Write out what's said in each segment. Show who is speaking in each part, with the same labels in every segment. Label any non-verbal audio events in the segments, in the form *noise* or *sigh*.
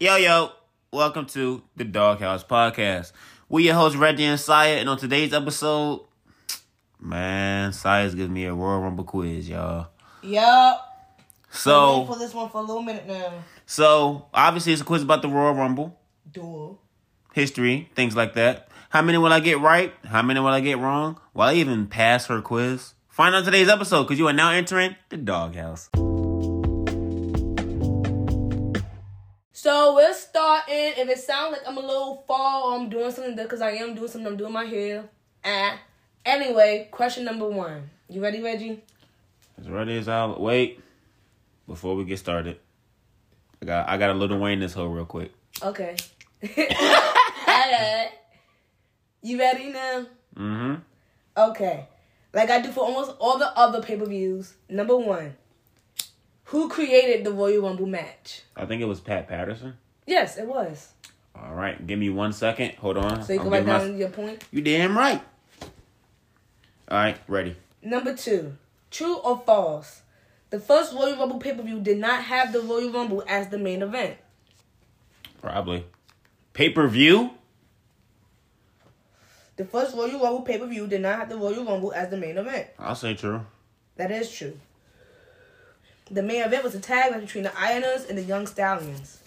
Speaker 1: Yo, yo, welcome to the Doghouse Podcast. We your hosts, Reggie and Saya, and on today's episode, man, Saya's giving me a Royal Rumble quiz, y'all.
Speaker 2: Yup. Been
Speaker 1: So,
Speaker 2: for this one for a little minute now.
Speaker 1: so obviously it's a quiz about the Royal Rumble,
Speaker 2: Duel.
Speaker 1: history, things like that. How many will I get right? How many will I get wrong? Will I even pass her quiz? Find out on today's episode because you are now entering the Doghouse.
Speaker 3: So we're starting. If it sounds like I'm a little fall or I'm doing something because I am doing something, I'm doing my hair. Ah. Anyway, question number one. You ready, Reggie?
Speaker 1: As ready as I wait. Before we get started, I got I got a little Wayne this hole real quick.
Speaker 3: Okay. *laughs* Alright. You ready now?
Speaker 1: Mm-hmm.
Speaker 3: Okay. Like I do for almost all the other pay per views. Number one. Who created the Royal Rumble match?
Speaker 1: I think it was Pat Patterson.
Speaker 3: Yes, it was.
Speaker 1: All right, give me one second. Hold on.
Speaker 3: So you
Speaker 1: I'm
Speaker 3: go right
Speaker 1: giving my-
Speaker 3: down your point.
Speaker 1: You damn right. All right, ready.
Speaker 3: Number two, true or false? The first Royal Rumble pay per view did not have the Royal Rumble as the main event.
Speaker 1: Probably. Pay per view.
Speaker 3: The first Royal Rumble pay per view did not have the Royal Rumble as the main event.
Speaker 1: I'll say true.
Speaker 3: That is true. The main event was a tag match between the Islanders and the Young Stallions.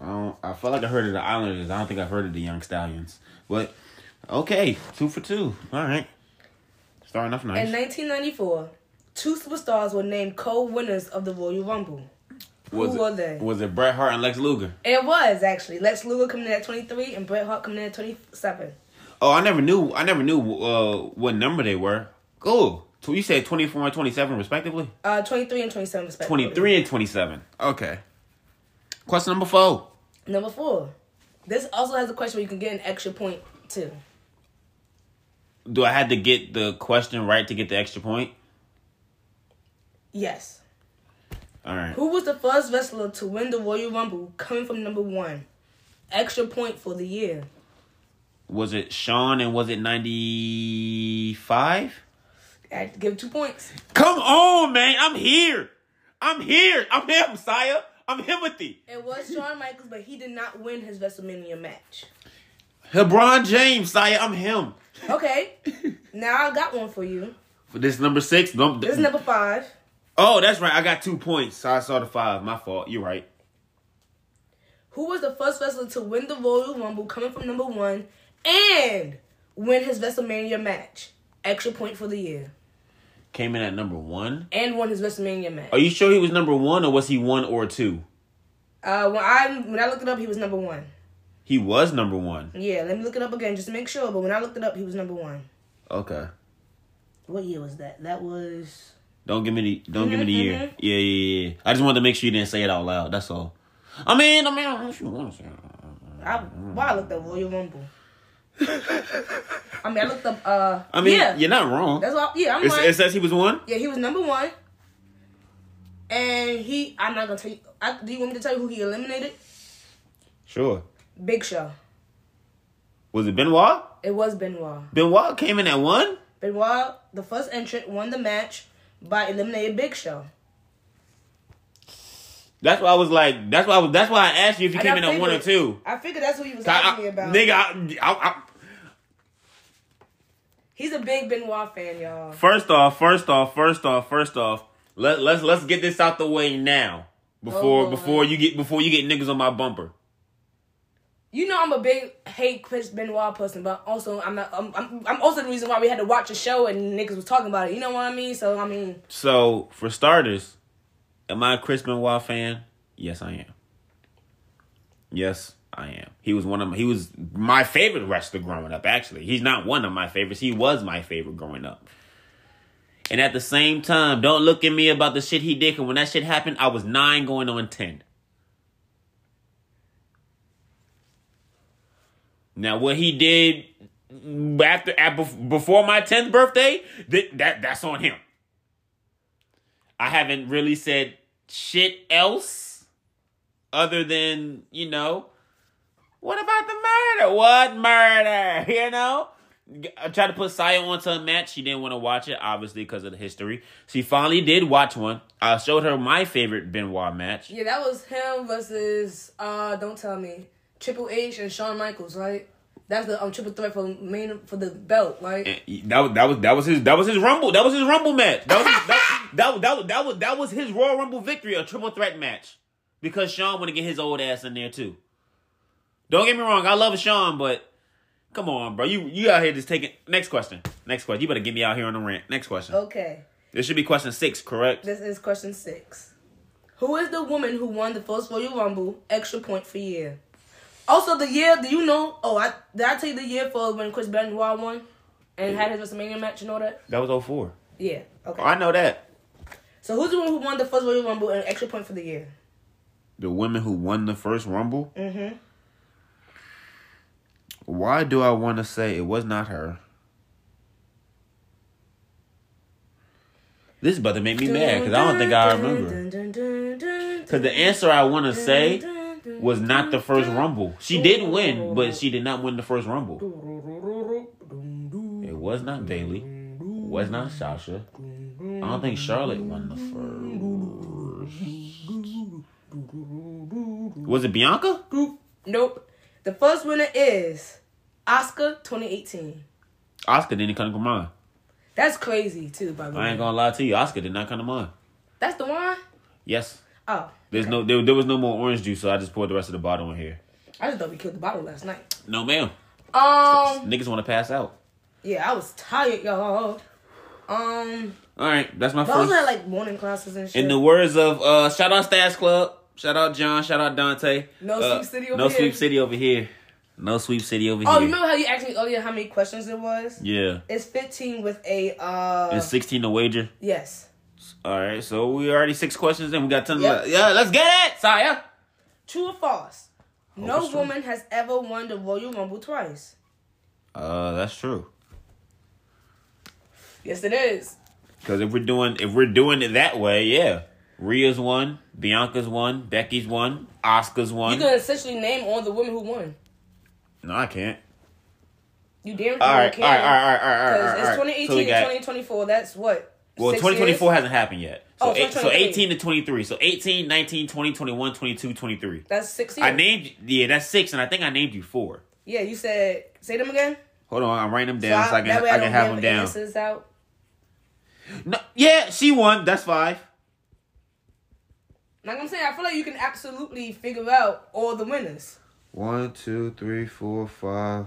Speaker 1: I don't. I felt like I heard of the Islanders. I don't think I've heard of the Young Stallions. But okay, two for two. All right. Starting off nice.
Speaker 3: In 1994, two superstars were named co-winners of the Royal Rumble.
Speaker 1: was
Speaker 3: who
Speaker 1: it,
Speaker 3: were they?
Speaker 1: Was it Bret Hart and Lex Luger?
Speaker 3: It was actually Lex Luger coming in at 23 and Bret Hart coming in at 27.
Speaker 1: Oh, I never knew. I never knew uh, what number they were. Cool. So you said twenty four and twenty seven respectively.
Speaker 3: Uh, 23 and 27 respectively.
Speaker 1: Twenty three and twenty seven. Okay. Question number four.
Speaker 3: Number four. This also has a question where you can get an extra point too.
Speaker 1: Do I have to get the question right to get the extra point?
Speaker 3: Yes.
Speaker 1: All right.
Speaker 3: Who was the first wrestler to win the Royal Rumble coming from number one? Extra point for the year.
Speaker 1: Was it Sean and was it ninety five?
Speaker 3: I give two points.
Speaker 1: Come on, man! I'm here. I'm here. I'm here, Messiah. I'm Timothy.
Speaker 3: It was Shawn Michaels, but he did not win his WrestleMania match.
Speaker 1: LeBron James, Saya. I'm him.
Speaker 3: Okay. now I got one for you.
Speaker 1: For this number six. Num-
Speaker 3: This is number five.
Speaker 1: oh, that's right. I got two points. So I saw the five. My fault. You're right.
Speaker 3: Who was the first wrestler to win the Royal Rumble coming from number one and win his WrestleMania match? Extra point for the year.
Speaker 1: Came in at number one.
Speaker 3: And won his WrestleMania match.
Speaker 1: Are you sure he was number one or was he one or two?
Speaker 3: Uh, when I when I looked it up, he was number one.
Speaker 1: He was number one.
Speaker 3: Yeah, let me look it up again just to make sure. But when I looked it up, he was number one.
Speaker 1: Okay.
Speaker 3: What year was that? That was
Speaker 1: Don't give me the don't give me the
Speaker 3: Mhm,
Speaker 1: year.
Speaker 3: mhm.
Speaker 1: Yeah, yeah, yeah. I just wanted to make sure you didn't say it out loud. That's all. I mean, I mean, I don't know if you want to say it.
Speaker 3: I. Well, I looked up Royal Rumble. I mean, I looked up. Uh,
Speaker 1: I mean,
Speaker 3: yeah,
Speaker 1: you're not wrong.
Speaker 3: that's all. Yeah, I'm
Speaker 1: It's-
Speaker 3: right.
Speaker 1: it says he was one.
Speaker 3: yeah, he was number one, and he. I'm not gonna tell you. I, do you want me to tell you who he eliminated?
Speaker 1: Sure.
Speaker 3: Big Show.
Speaker 1: Was it Benoit?
Speaker 3: It was Benoit.
Speaker 1: Benoit came in at one.
Speaker 3: Benoit, the first entrant, won the match by eliminating Big Show.
Speaker 1: That's why I was like. That's why. I was, that's why I asked you if you
Speaker 3: I
Speaker 1: came in
Speaker 3: got
Speaker 1: at one or
Speaker 3: figured-
Speaker 1: two.
Speaker 3: I figured that's what he was
Speaker 1: I,
Speaker 3: asking me
Speaker 1: I-
Speaker 3: about.
Speaker 1: nigga, I, I, I,
Speaker 3: He's a big Benoit fan, y'all.
Speaker 1: First off, first off, first off, first off, let let's let's get this out the way now. Before
Speaker 3: Lord.
Speaker 1: before you get before you get niggas on my bumper.
Speaker 3: You know I'm a big hate Chris Benoit person, but also I'm not. I'm, I'm, I'm also the reason why we had to watch a show and niggas was talking about it. You know what I mean? So I mean,
Speaker 1: So for starters, am I a Chris Benoit fan? Yes, I am. Yes, I am. He was one of my, he was my favorite wrestler growing up. Actually, he's not one of my favorites. He was my favorite growing up. And at the same time, don't look at me about the shit he did. Cause when that shit happened, I was nine going on ten. Now what he did after at, bef- before my tenth birthday, that, that that's on him. I haven't really said shit else other than, you know, what about the murder? *laughs* What murder? You know? I tried to put Saya onto a match. She didn't want to watch it, obviously, because of the history. She finally did watch one. I showed her my favorite Benoit match.
Speaker 3: Yeah, that was him versus uh don't tell me. Triple H and Shawn Michaels, right? That's the um, triple threat for main for the belt, right?
Speaker 1: That, was- that was that was his that was his rumble that was his rumble match that was his, *laughs* that, that, that, that was that was his Royal Rumble victory a triple threat match because Sean want to get his old ass in there too. Don't get me wrong, I love Sean, but come on, bro, you you out here just taking next question, next question. You better get me out here on the rant. Next question.
Speaker 3: Okay.
Speaker 1: This should be question six, correct?
Speaker 3: This is question six. Who is the woman who won the first Royal Rumble? Extra point for year. Also, the year. Do you know? Oh, I did I tell you the year for when Chris Benoit won and had his WrestleMania match and all that.
Speaker 1: That was 04.
Speaker 3: Yeah. Okay.
Speaker 1: I know that.
Speaker 3: So who's the one who won the first Royal Rumble and extra point for the year?
Speaker 1: The women who won the first Rumble. Mm-hmm. Why do I want to say it was not her? This is about to make me mad because I don't think I remember. Because the answer I want to say was not the first Rumble. She did win, but she did not win the first Rumble. It was not Bailey. Was not Sasha. I don't think Charlotte won the first. Was it Bianca?
Speaker 3: Nope. The first winner is Oscar 2018.
Speaker 1: Oscar didn't come to mind.
Speaker 3: That's crazy too, by the
Speaker 1: I ain't
Speaker 3: way.
Speaker 1: gonna lie to you. Oscar did not come to mind.
Speaker 3: That's the one.
Speaker 1: Yes.
Speaker 3: Oh,
Speaker 1: There's no there, there was no more orange juice, so I just poured the rest of the bottle in here.
Speaker 3: I just thought we killed the bottle last night.
Speaker 1: No ma'am.
Speaker 3: Um.
Speaker 1: Niggas wanna pass out.
Speaker 3: Yeah, I was tired, y'all. Um,
Speaker 1: Alright, that's my
Speaker 3: but I also had
Speaker 1: first.
Speaker 3: like morning classes and shit. Oh,
Speaker 1: In the words of uh shout out Stash Club, shout out John, shout out Dante.
Speaker 3: No
Speaker 1: Uh,
Speaker 3: Sweep City over
Speaker 1: No
Speaker 3: here.
Speaker 1: Sweep City over here. No Sweep City over
Speaker 3: oh,
Speaker 1: here.
Speaker 3: you remember how you asked me earlier how many questions there was?
Speaker 1: yeah.
Speaker 3: It's fifteen with a uh.
Speaker 1: It's sixteen to wager.
Speaker 3: yes.
Speaker 1: Alright, so we already six questions in. We got ten
Speaker 3: Yep.
Speaker 1: left. Yeah, let's get it, Saya.
Speaker 3: True or false? No
Speaker 1: it's true.
Speaker 3: woman has ever won the Royal Rumble twice.
Speaker 1: Uh that's true.
Speaker 3: Yes, it is.
Speaker 1: Because if we're doing if we're doing it that way, yeah. Rhea's one, Bianca's one, Becky's one, Oscar's
Speaker 3: You
Speaker 1: one.
Speaker 3: can essentially name all the women who won.
Speaker 1: No, I can't.
Speaker 3: You damn
Speaker 1: All
Speaker 3: all
Speaker 1: right,
Speaker 3: can.
Speaker 1: all right, all right, all right, all right.
Speaker 3: Because it's 2018
Speaker 1: so we
Speaker 3: and
Speaker 1: got,
Speaker 3: 2024. That's what?
Speaker 1: Well,
Speaker 3: six
Speaker 1: 2024
Speaker 3: years?
Speaker 1: hasn't happened yet. So,
Speaker 3: Oh,
Speaker 1: eight, so
Speaker 3: 2023.
Speaker 1: 18 to 23. So 18, 19, 20, 21, 22, 23.
Speaker 3: That's six years.
Speaker 1: I named, yeah, that's six, and I think I named you four.
Speaker 3: yeah, you said, say them again?
Speaker 1: Hold on, I'm writing them down so I,
Speaker 3: that
Speaker 1: can,
Speaker 3: way
Speaker 1: I can
Speaker 3: don't
Speaker 1: have
Speaker 3: give
Speaker 1: them down.
Speaker 3: answers out.
Speaker 1: No, yeah, she won. That's five.
Speaker 3: Like I'm saying, I feel like you can absolutely figure out all the winners.
Speaker 1: One, two, three, four, five.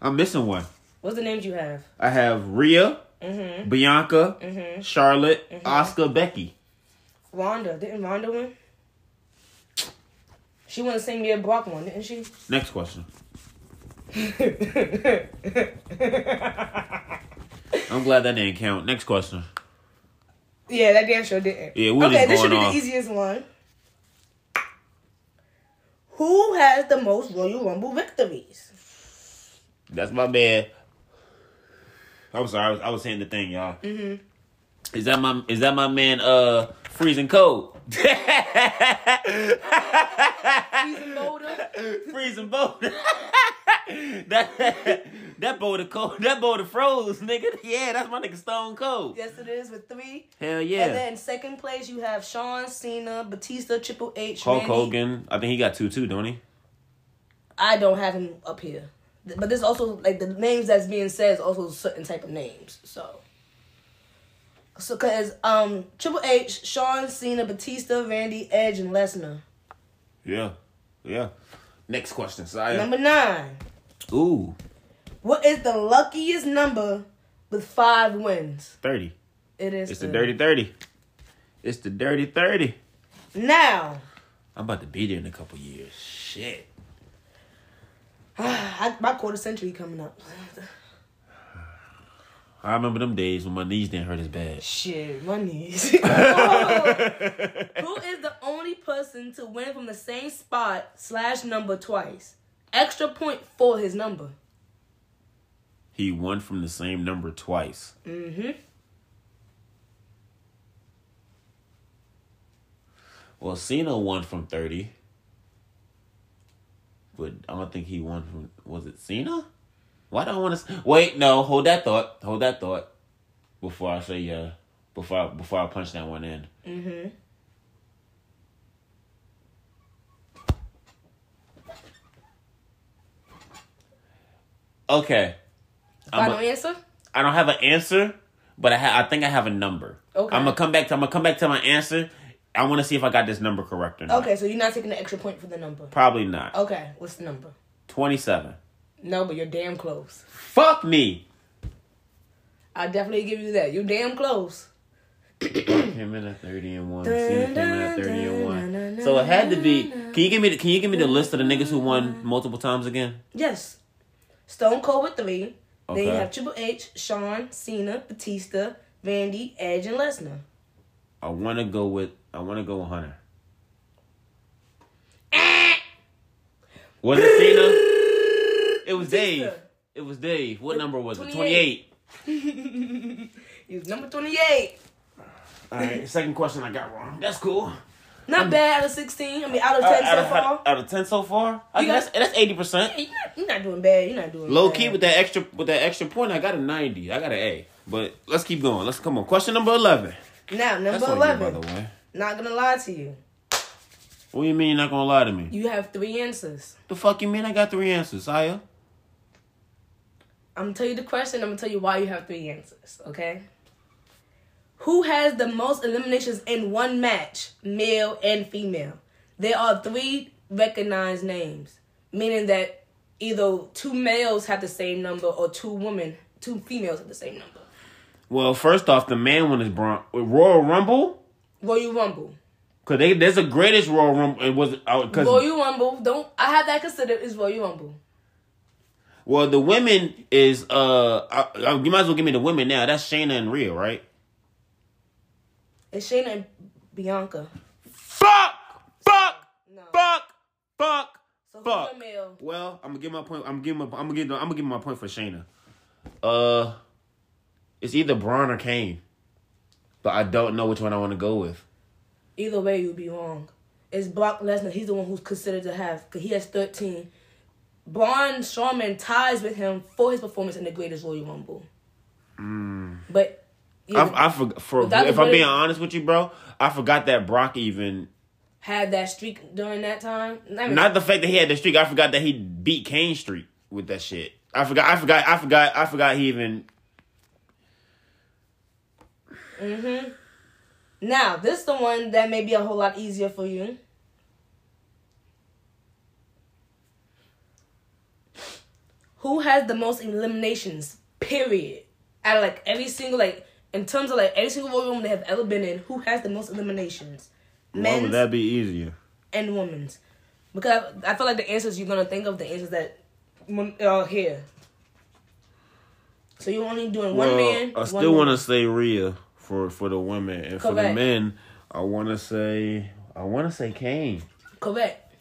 Speaker 1: I'm missing one.
Speaker 3: What's the names you have?
Speaker 1: I have Rhea,
Speaker 3: Mm-hmm.
Speaker 1: Bianca, Charlotte, Oscar, Becky.
Speaker 3: Rhonda. Didn't Rhonda win? She won the same year Brock won, didn't she?
Speaker 1: Next
Speaker 3: *laughs*
Speaker 1: question. I'm glad that didn't count. Next question.
Speaker 3: Yeah, that damn sure didn't.
Speaker 1: Yeah, we were
Speaker 3: okay,
Speaker 1: just
Speaker 3: this should
Speaker 1: going
Speaker 3: be
Speaker 1: off.
Speaker 3: the easiest one. Who has the most Royal Rumble victories?
Speaker 1: That's my bad. I'm sorry. I was, I was saying the thing, y'all. Mm-hmm. Is that my is that my man? Uh, freezing cold. *laughs*
Speaker 3: Season Boulder.
Speaker 1: freezing boat. *laughs* that that boat of cold. That boat of froze, nigga. Yeah, that's my nigga Stone Cold.
Speaker 3: *laughs* Yes, it is with three.
Speaker 1: Hell yeah.
Speaker 3: And then in second place, you have Sean, Cena, Batista, Triple H,
Speaker 1: Hulk
Speaker 3: Randy.
Speaker 1: Hogan. I think he got two too, don't he?
Speaker 3: I don't have him up here. Th- But there's also like the names that's being said is also certain type of names. So, so cause um Triple H, Sean, Cena, Batista, Randy, Edge, and Lesnar.
Speaker 1: Yeah, yeah. Next question, Sire.
Speaker 3: Number nine.
Speaker 1: Ooh,
Speaker 3: What is the luckiest number with five wins?
Speaker 1: thirty.
Speaker 3: It is.
Speaker 1: It's the dirty thirty. It's the dirty thirty.
Speaker 3: Now, *sighs*
Speaker 1: I'm about to be there in a couple years. Shit.
Speaker 3: I, my quarter century coming up.
Speaker 1: I remember them days when my knees didn't hurt as bad.
Speaker 3: Shit, my
Speaker 1: *laughs*
Speaker 3: knees. Who is the only person to win from the same spot slash number twice? Extra point for his number.
Speaker 1: He won from the same number twice.
Speaker 3: Mm-hmm.
Speaker 1: Well, Cena won from 30. But I don't think he won from. Was it Cena? Why don't I want to? Wait, no, hold that thought. Hold that thought. Before I say yeah, before I, before I punch that one in.
Speaker 3: Mm-hmm.
Speaker 1: Okay. I'm
Speaker 3: Final
Speaker 1: a,
Speaker 3: answer?
Speaker 1: I don't have an answer, but I ha- I think I have a number.
Speaker 3: Okay.
Speaker 1: I'm gonna come back. To, I'm gonna come back to my answer. I want to see if I got this number correct or not.
Speaker 3: Okay, so you're not taking the extra point for the number.
Speaker 1: Probably not.
Speaker 3: Okay, what's the number?
Speaker 1: Twenty-seven.
Speaker 3: No, but you're damn close.
Speaker 1: Fuck me.
Speaker 3: I definitely give you that. You're damn close.
Speaker 1: Came in at thirty and one. Cena came in at thirty and one. So it had to be. Can you give me? The, can you give me the list of the niggas who won multiple times again?
Speaker 3: Yes. Stone Cold with three. Then
Speaker 1: Okay.
Speaker 3: you have Triple H, Sean, Cena, Batista, Vandy, Edge, and Lesnar.
Speaker 1: I want to go with. I want to go with Hunter. was it Cena? It was Dave. It was Dave. What number was it?
Speaker 3: 28.
Speaker 1: Twenty-eight.
Speaker 3: He was number 28.
Speaker 1: All
Speaker 3: *laughs*
Speaker 1: right. Second question I got wrong. That's cool.
Speaker 3: Not bad out of 16. I mean, out of
Speaker 1: out,
Speaker 3: 10 so
Speaker 1: of,
Speaker 3: far.
Speaker 1: out of ten so far, I
Speaker 3: You
Speaker 1: guess
Speaker 3: got-
Speaker 1: that's that's eighty percent.
Speaker 3: Hey, you're not- you're not doing bad. You're not doing
Speaker 1: Low
Speaker 3: bad.
Speaker 1: key with that extra with that extra point, I got a ninety. I got an A. But let's keep going. Let's come on. Question number eleven.
Speaker 3: Now, number
Speaker 1: That's on you, by the
Speaker 3: 11.
Speaker 1: way.
Speaker 3: Not gonna lie to you.
Speaker 1: What do you mean you're not gonna lie to me?
Speaker 3: You have three answers.
Speaker 1: The fuck you mean? I got three answers, Aya.
Speaker 3: I'm gonna tell you the question. I'm gonna tell you why you have three answers. Okay. Who has the most eliminations in one match, male and female? There are three recognized names, meaning that either two males have the same number or two women, two females have the same number.
Speaker 1: Well, first off, the man one is Bron- Royal Rumble.
Speaker 3: Royal Rumble.
Speaker 1: Cause they, there's a greatest Royal Rumble. It was uh, cause
Speaker 3: Royal Rumble. Don't I have that considered is Royal Rumble.
Speaker 1: well the women is uh I, I- you might as well give me the women now. That's Shayna and Rhea, right?
Speaker 3: It's Shayna and Bianca.
Speaker 1: Fuck, fuck,
Speaker 3: No.
Speaker 1: fuck, fuck,
Speaker 3: So who's
Speaker 1: fuck.
Speaker 3: the male?
Speaker 1: Well, I'm gonna give my point. I'm giving. My, I'm gonna give. I'm gonna give my point for Shayna. Uh, it's either Braun or Kane, but I don't know which one I want to go with.
Speaker 3: Either way, you'd be wrong. It's Brock Lesnar. He's the one who's considered to have, because he has 13. Braun Strowman ties with him for his performance in the Greatest Royal Rumble. But yeah,
Speaker 1: I, I for, for
Speaker 3: That
Speaker 1: if
Speaker 3: was
Speaker 1: I'm being
Speaker 3: what it-
Speaker 1: honest with you, bro, I forgot that Brock even.
Speaker 3: had that streak during that time. I mean,
Speaker 1: Not the fact that he had the streak. I forgot that he beat Kane streak with that shit. I forgot. I forgot. I forgot. I forgot he even.
Speaker 3: now this the one that may be a whole lot easier for you. Who has the most eliminations? Period. Out of like every single like in terms of like every single Royal Rumble they have ever been in, who has the most eliminations?
Speaker 1: Why would
Speaker 3: Men's
Speaker 1: that be easier?
Speaker 3: and women's because I feel like the answers you're gonna think of the answers that wom- are here. So you're only doing one man.
Speaker 1: I
Speaker 3: one
Speaker 1: still want
Speaker 3: woman.
Speaker 1: to say Rhea for for the women and for the
Speaker 3: Correct.
Speaker 1: men. I want to say I want to say Kane.
Speaker 3: correct.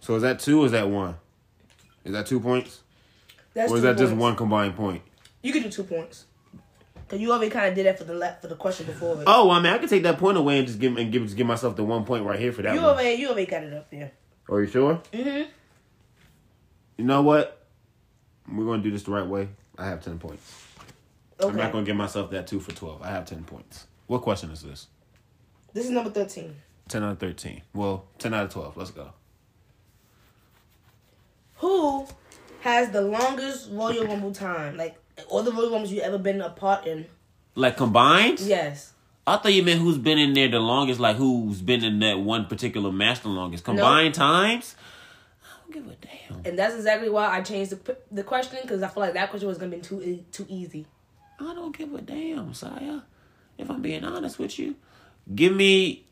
Speaker 1: So is that two? or Is that one? Is that two points,
Speaker 3: That's
Speaker 1: or is
Speaker 3: two
Speaker 1: that just
Speaker 3: points.
Speaker 1: one combined point?
Speaker 3: You could do two points. Cause you already kind of did that for the la- for the question before. it.
Speaker 1: Oh, well, I mean, I could take that point away and just give and give just give myself the one point right here for that
Speaker 3: you
Speaker 1: one.
Speaker 3: already you already got it up there.
Speaker 1: Are you sure?
Speaker 3: Mhm.
Speaker 1: You know what? We're gonna do this the right way. I have ten points.
Speaker 3: Okay.
Speaker 1: I'm not gonna give myself that two for twelve. I have ten points. What question is this?
Speaker 3: This is number thirteen.
Speaker 1: Ten out of thirteen. Well, ten out of twelve. Let's go.
Speaker 3: Who has the longest Royal Rumble time? Like all the Royal Rumbles you ever been a part in?
Speaker 1: Like combined?
Speaker 3: Yes.
Speaker 1: I thought you meant who's been in there the longest, like who's been in that one particular match the longest. Combined times? I don't give a damn.
Speaker 3: And that's exactly why I changed the p- the question because I feel like that question was gonna be too e- too easy.
Speaker 1: I don't give a damn, Saya. If I'm being honest with you, give me,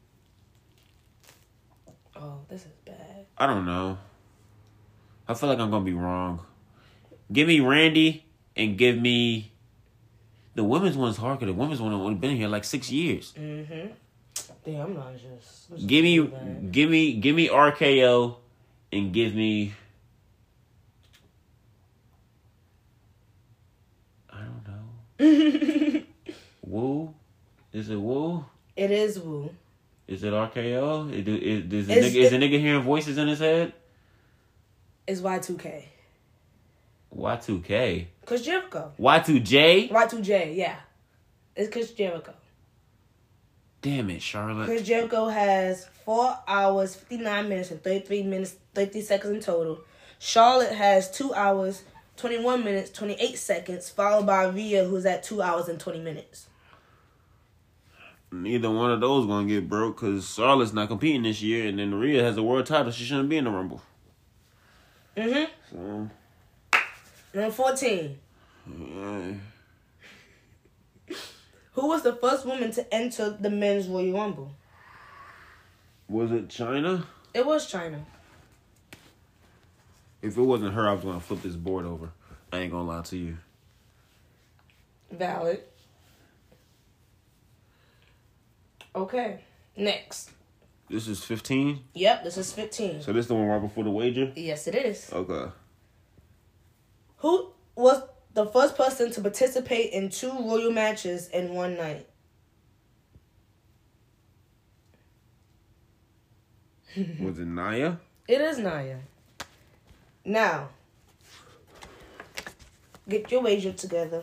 Speaker 3: Oh, this is bad.
Speaker 1: I don't know. I feel like I'm going to be wrong. Give me Randy and give me. The women's one's hard because the women's one only been here like six years.
Speaker 3: Mm-hmm. Damn, I'm not just. I'm just
Speaker 1: Give me,
Speaker 3: bad.
Speaker 1: give me, give me RKO, and give me. I don't know. Woo, is it Woo?
Speaker 3: It is Woo.
Speaker 1: Is it RKO? Is, is, is, a
Speaker 3: It's-
Speaker 1: nigga, is a nigga hearing voices in his head?
Speaker 3: It's Y2K.
Speaker 1: Y2K.
Speaker 3: Chris Jericho.
Speaker 1: Y2J?
Speaker 3: Y2J, yeah. It's Chris Jericho.
Speaker 1: Damn it, Charlotte.
Speaker 3: Chris Jericho has four hours, 59 minutes, and 33 minutes, 30 seconds in total. Charlotte has two hours, 21 minutes, 28 seconds, followed by Rhea, who's at two hours and 20 minutes.
Speaker 1: Neither one of those gonna get broke because Charlotte's not competing this year, and then Rhea has a world title. She shouldn't be in the Rumble.
Speaker 3: Mm-hmm.
Speaker 1: So,
Speaker 3: Number 14.
Speaker 1: yeah.
Speaker 3: Who was the first woman to enter the men's Royal Rumble?
Speaker 1: Was it China?
Speaker 3: It was China.
Speaker 1: If it wasn't her, I was gonna flip this board over. I ain't gonna lie to you.
Speaker 3: Valid. Okay. Next.
Speaker 1: This is 15,
Speaker 3: Yep, this is 15.
Speaker 1: so this the one right before the wager?
Speaker 3: Yes, it is.
Speaker 1: Okay.
Speaker 3: Who was the first person to participate in two royal matches in one night?
Speaker 1: Was it Naya?
Speaker 3: It is Naya. Now, get your wager together.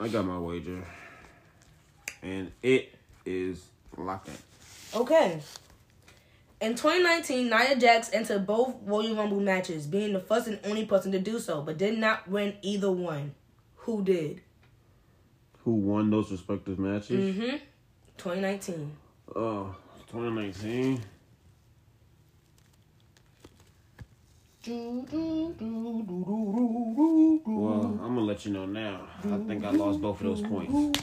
Speaker 1: I got my wager. And it is locked in.
Speaker 3: Okay. In 2019, Nia Jax entered both Royal Rumble matches, being the first and only person to do so, but did not win either one. Who did?
Speaker 1: Who won those respective matches?
Speaker 3: Mm-hmm. 2019.
Speaker 1: Oh, 2019. Well, I'm gonna let you know now. I think I lost both of those points.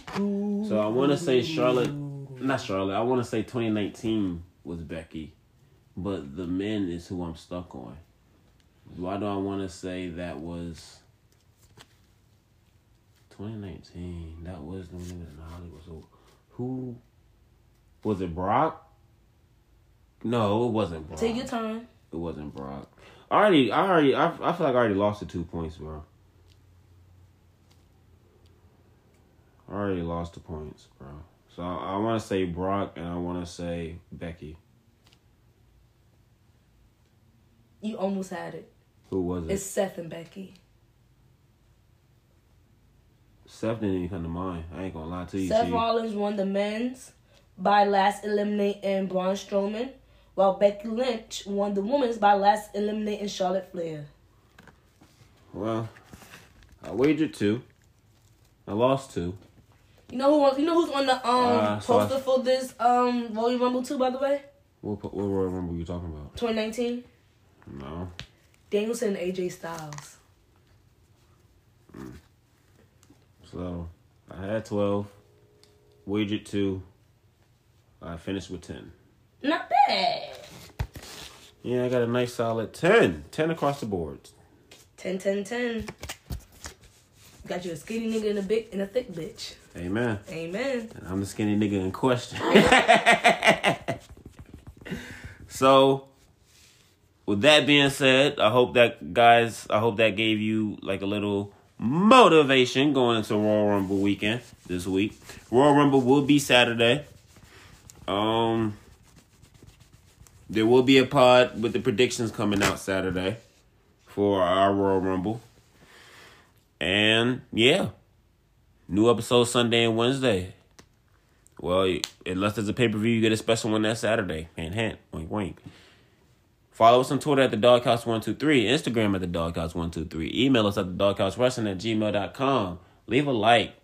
Speaker 1: So I want to say Charlotte, not Charlotte. I want to say 2019 was Becky, but the men is who I'm stuck on. Why do I want to say that was 2019? That was the one that was in Hollywood. So who was it? Brock? No, it wasn't Brock.
Speaker 3: Take your time.
Speaker 1: It wasn't Brock. I already, I already, I, I feel like I already lost the two points, bro. I already lost the points, bro. So I, I want to say Brock and I want to say Becky.
Speaker 3: You almost had it.
Speaker 1: Who was it?
Speaker 3: It's Seth and Becky.
Speaker 1: Seth didn't even come to mind. I ain't gonna lie to you.
Speaker 3: Seth
Speaker 1: T.
Speaker 3: Rollins won the men's by last eliminating Braun Strowman, while Becky Lynch won the women's by last eliminating Charlotte Flair.
Speaker 1: Well, I wagered two. I lost two.
Speaker 3: You know who? won- You know who's on the um
Speaker 1: Uh, so I-
Speaker 3: poster for this um Royal Rumble too? By the way,
Speaker 1: What po- what Royal Rumble you talking about?
Speaker 3: 2019,
Speaker 1: No,
Speaker 3: Danielson and AJ Styles.
Speaker 1: so I had twelve. Wagered two. I finished with ten.
Speaker 3: Not bad.
Speaker 1: Yeah, I got a nice solid 10. 10 across the board.
Speaker 3: 10, 10, 10. Got you a skinny nigga and a big and a thick bitch.
Speaker 1: Amen.
Speaker 3: Amen.
Speaker 1: And I'm the skinny nigga in question. *laughs* so, with that being said, I hope that, guys, I hope that gave you like a little motivation going into Royal Rumble weekend this week. Royal Rumble will be Saturday. Um, there will be a pod with the predictions coming out Saturday for our Royal Rumble. And yeah, new episode Sunday and Wednesday. Well, unless there's a pay per view, you get a special one that Saturday. Hint, hint, wink, wink. Follow us on Twitter at the Doghouse123, Instagram at the Doghouse123, email us at the Doghousewrestling at gmail.com. Leave a like,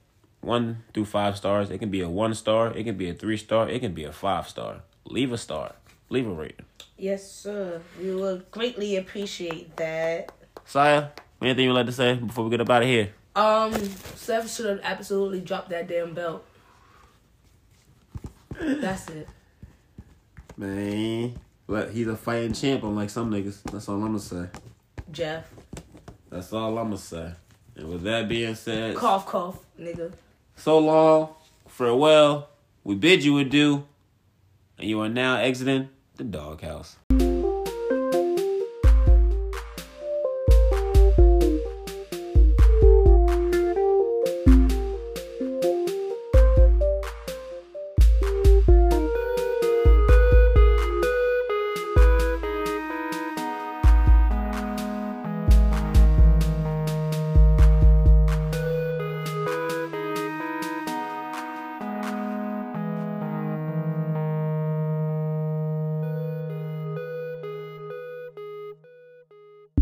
Speaker 1: one through five stars. It can be a one star, it can be a three star, it can be a five star. Leave a star, leave a rating.
Speaker 3: Yes, sir. We will greatly appreciate that.
Speaker 1: Saya, anything you'd like to say before we get up out of here?
Speaker 3: Um, Seth should have absolutely dropped that damn belt. That's it.
Speaker 1: Man, look, he's a fighting champ, unlike some niggas. That's all I'm gonna say.
Speaker 3: Jeff.
Speaker 1: That's all I'm gonna say. And with that being said,
Speaker 3: Cough, cough, nigga.
Speaker 1: so long, farewell, we bid you adieu, and you are now exiting the doghouse.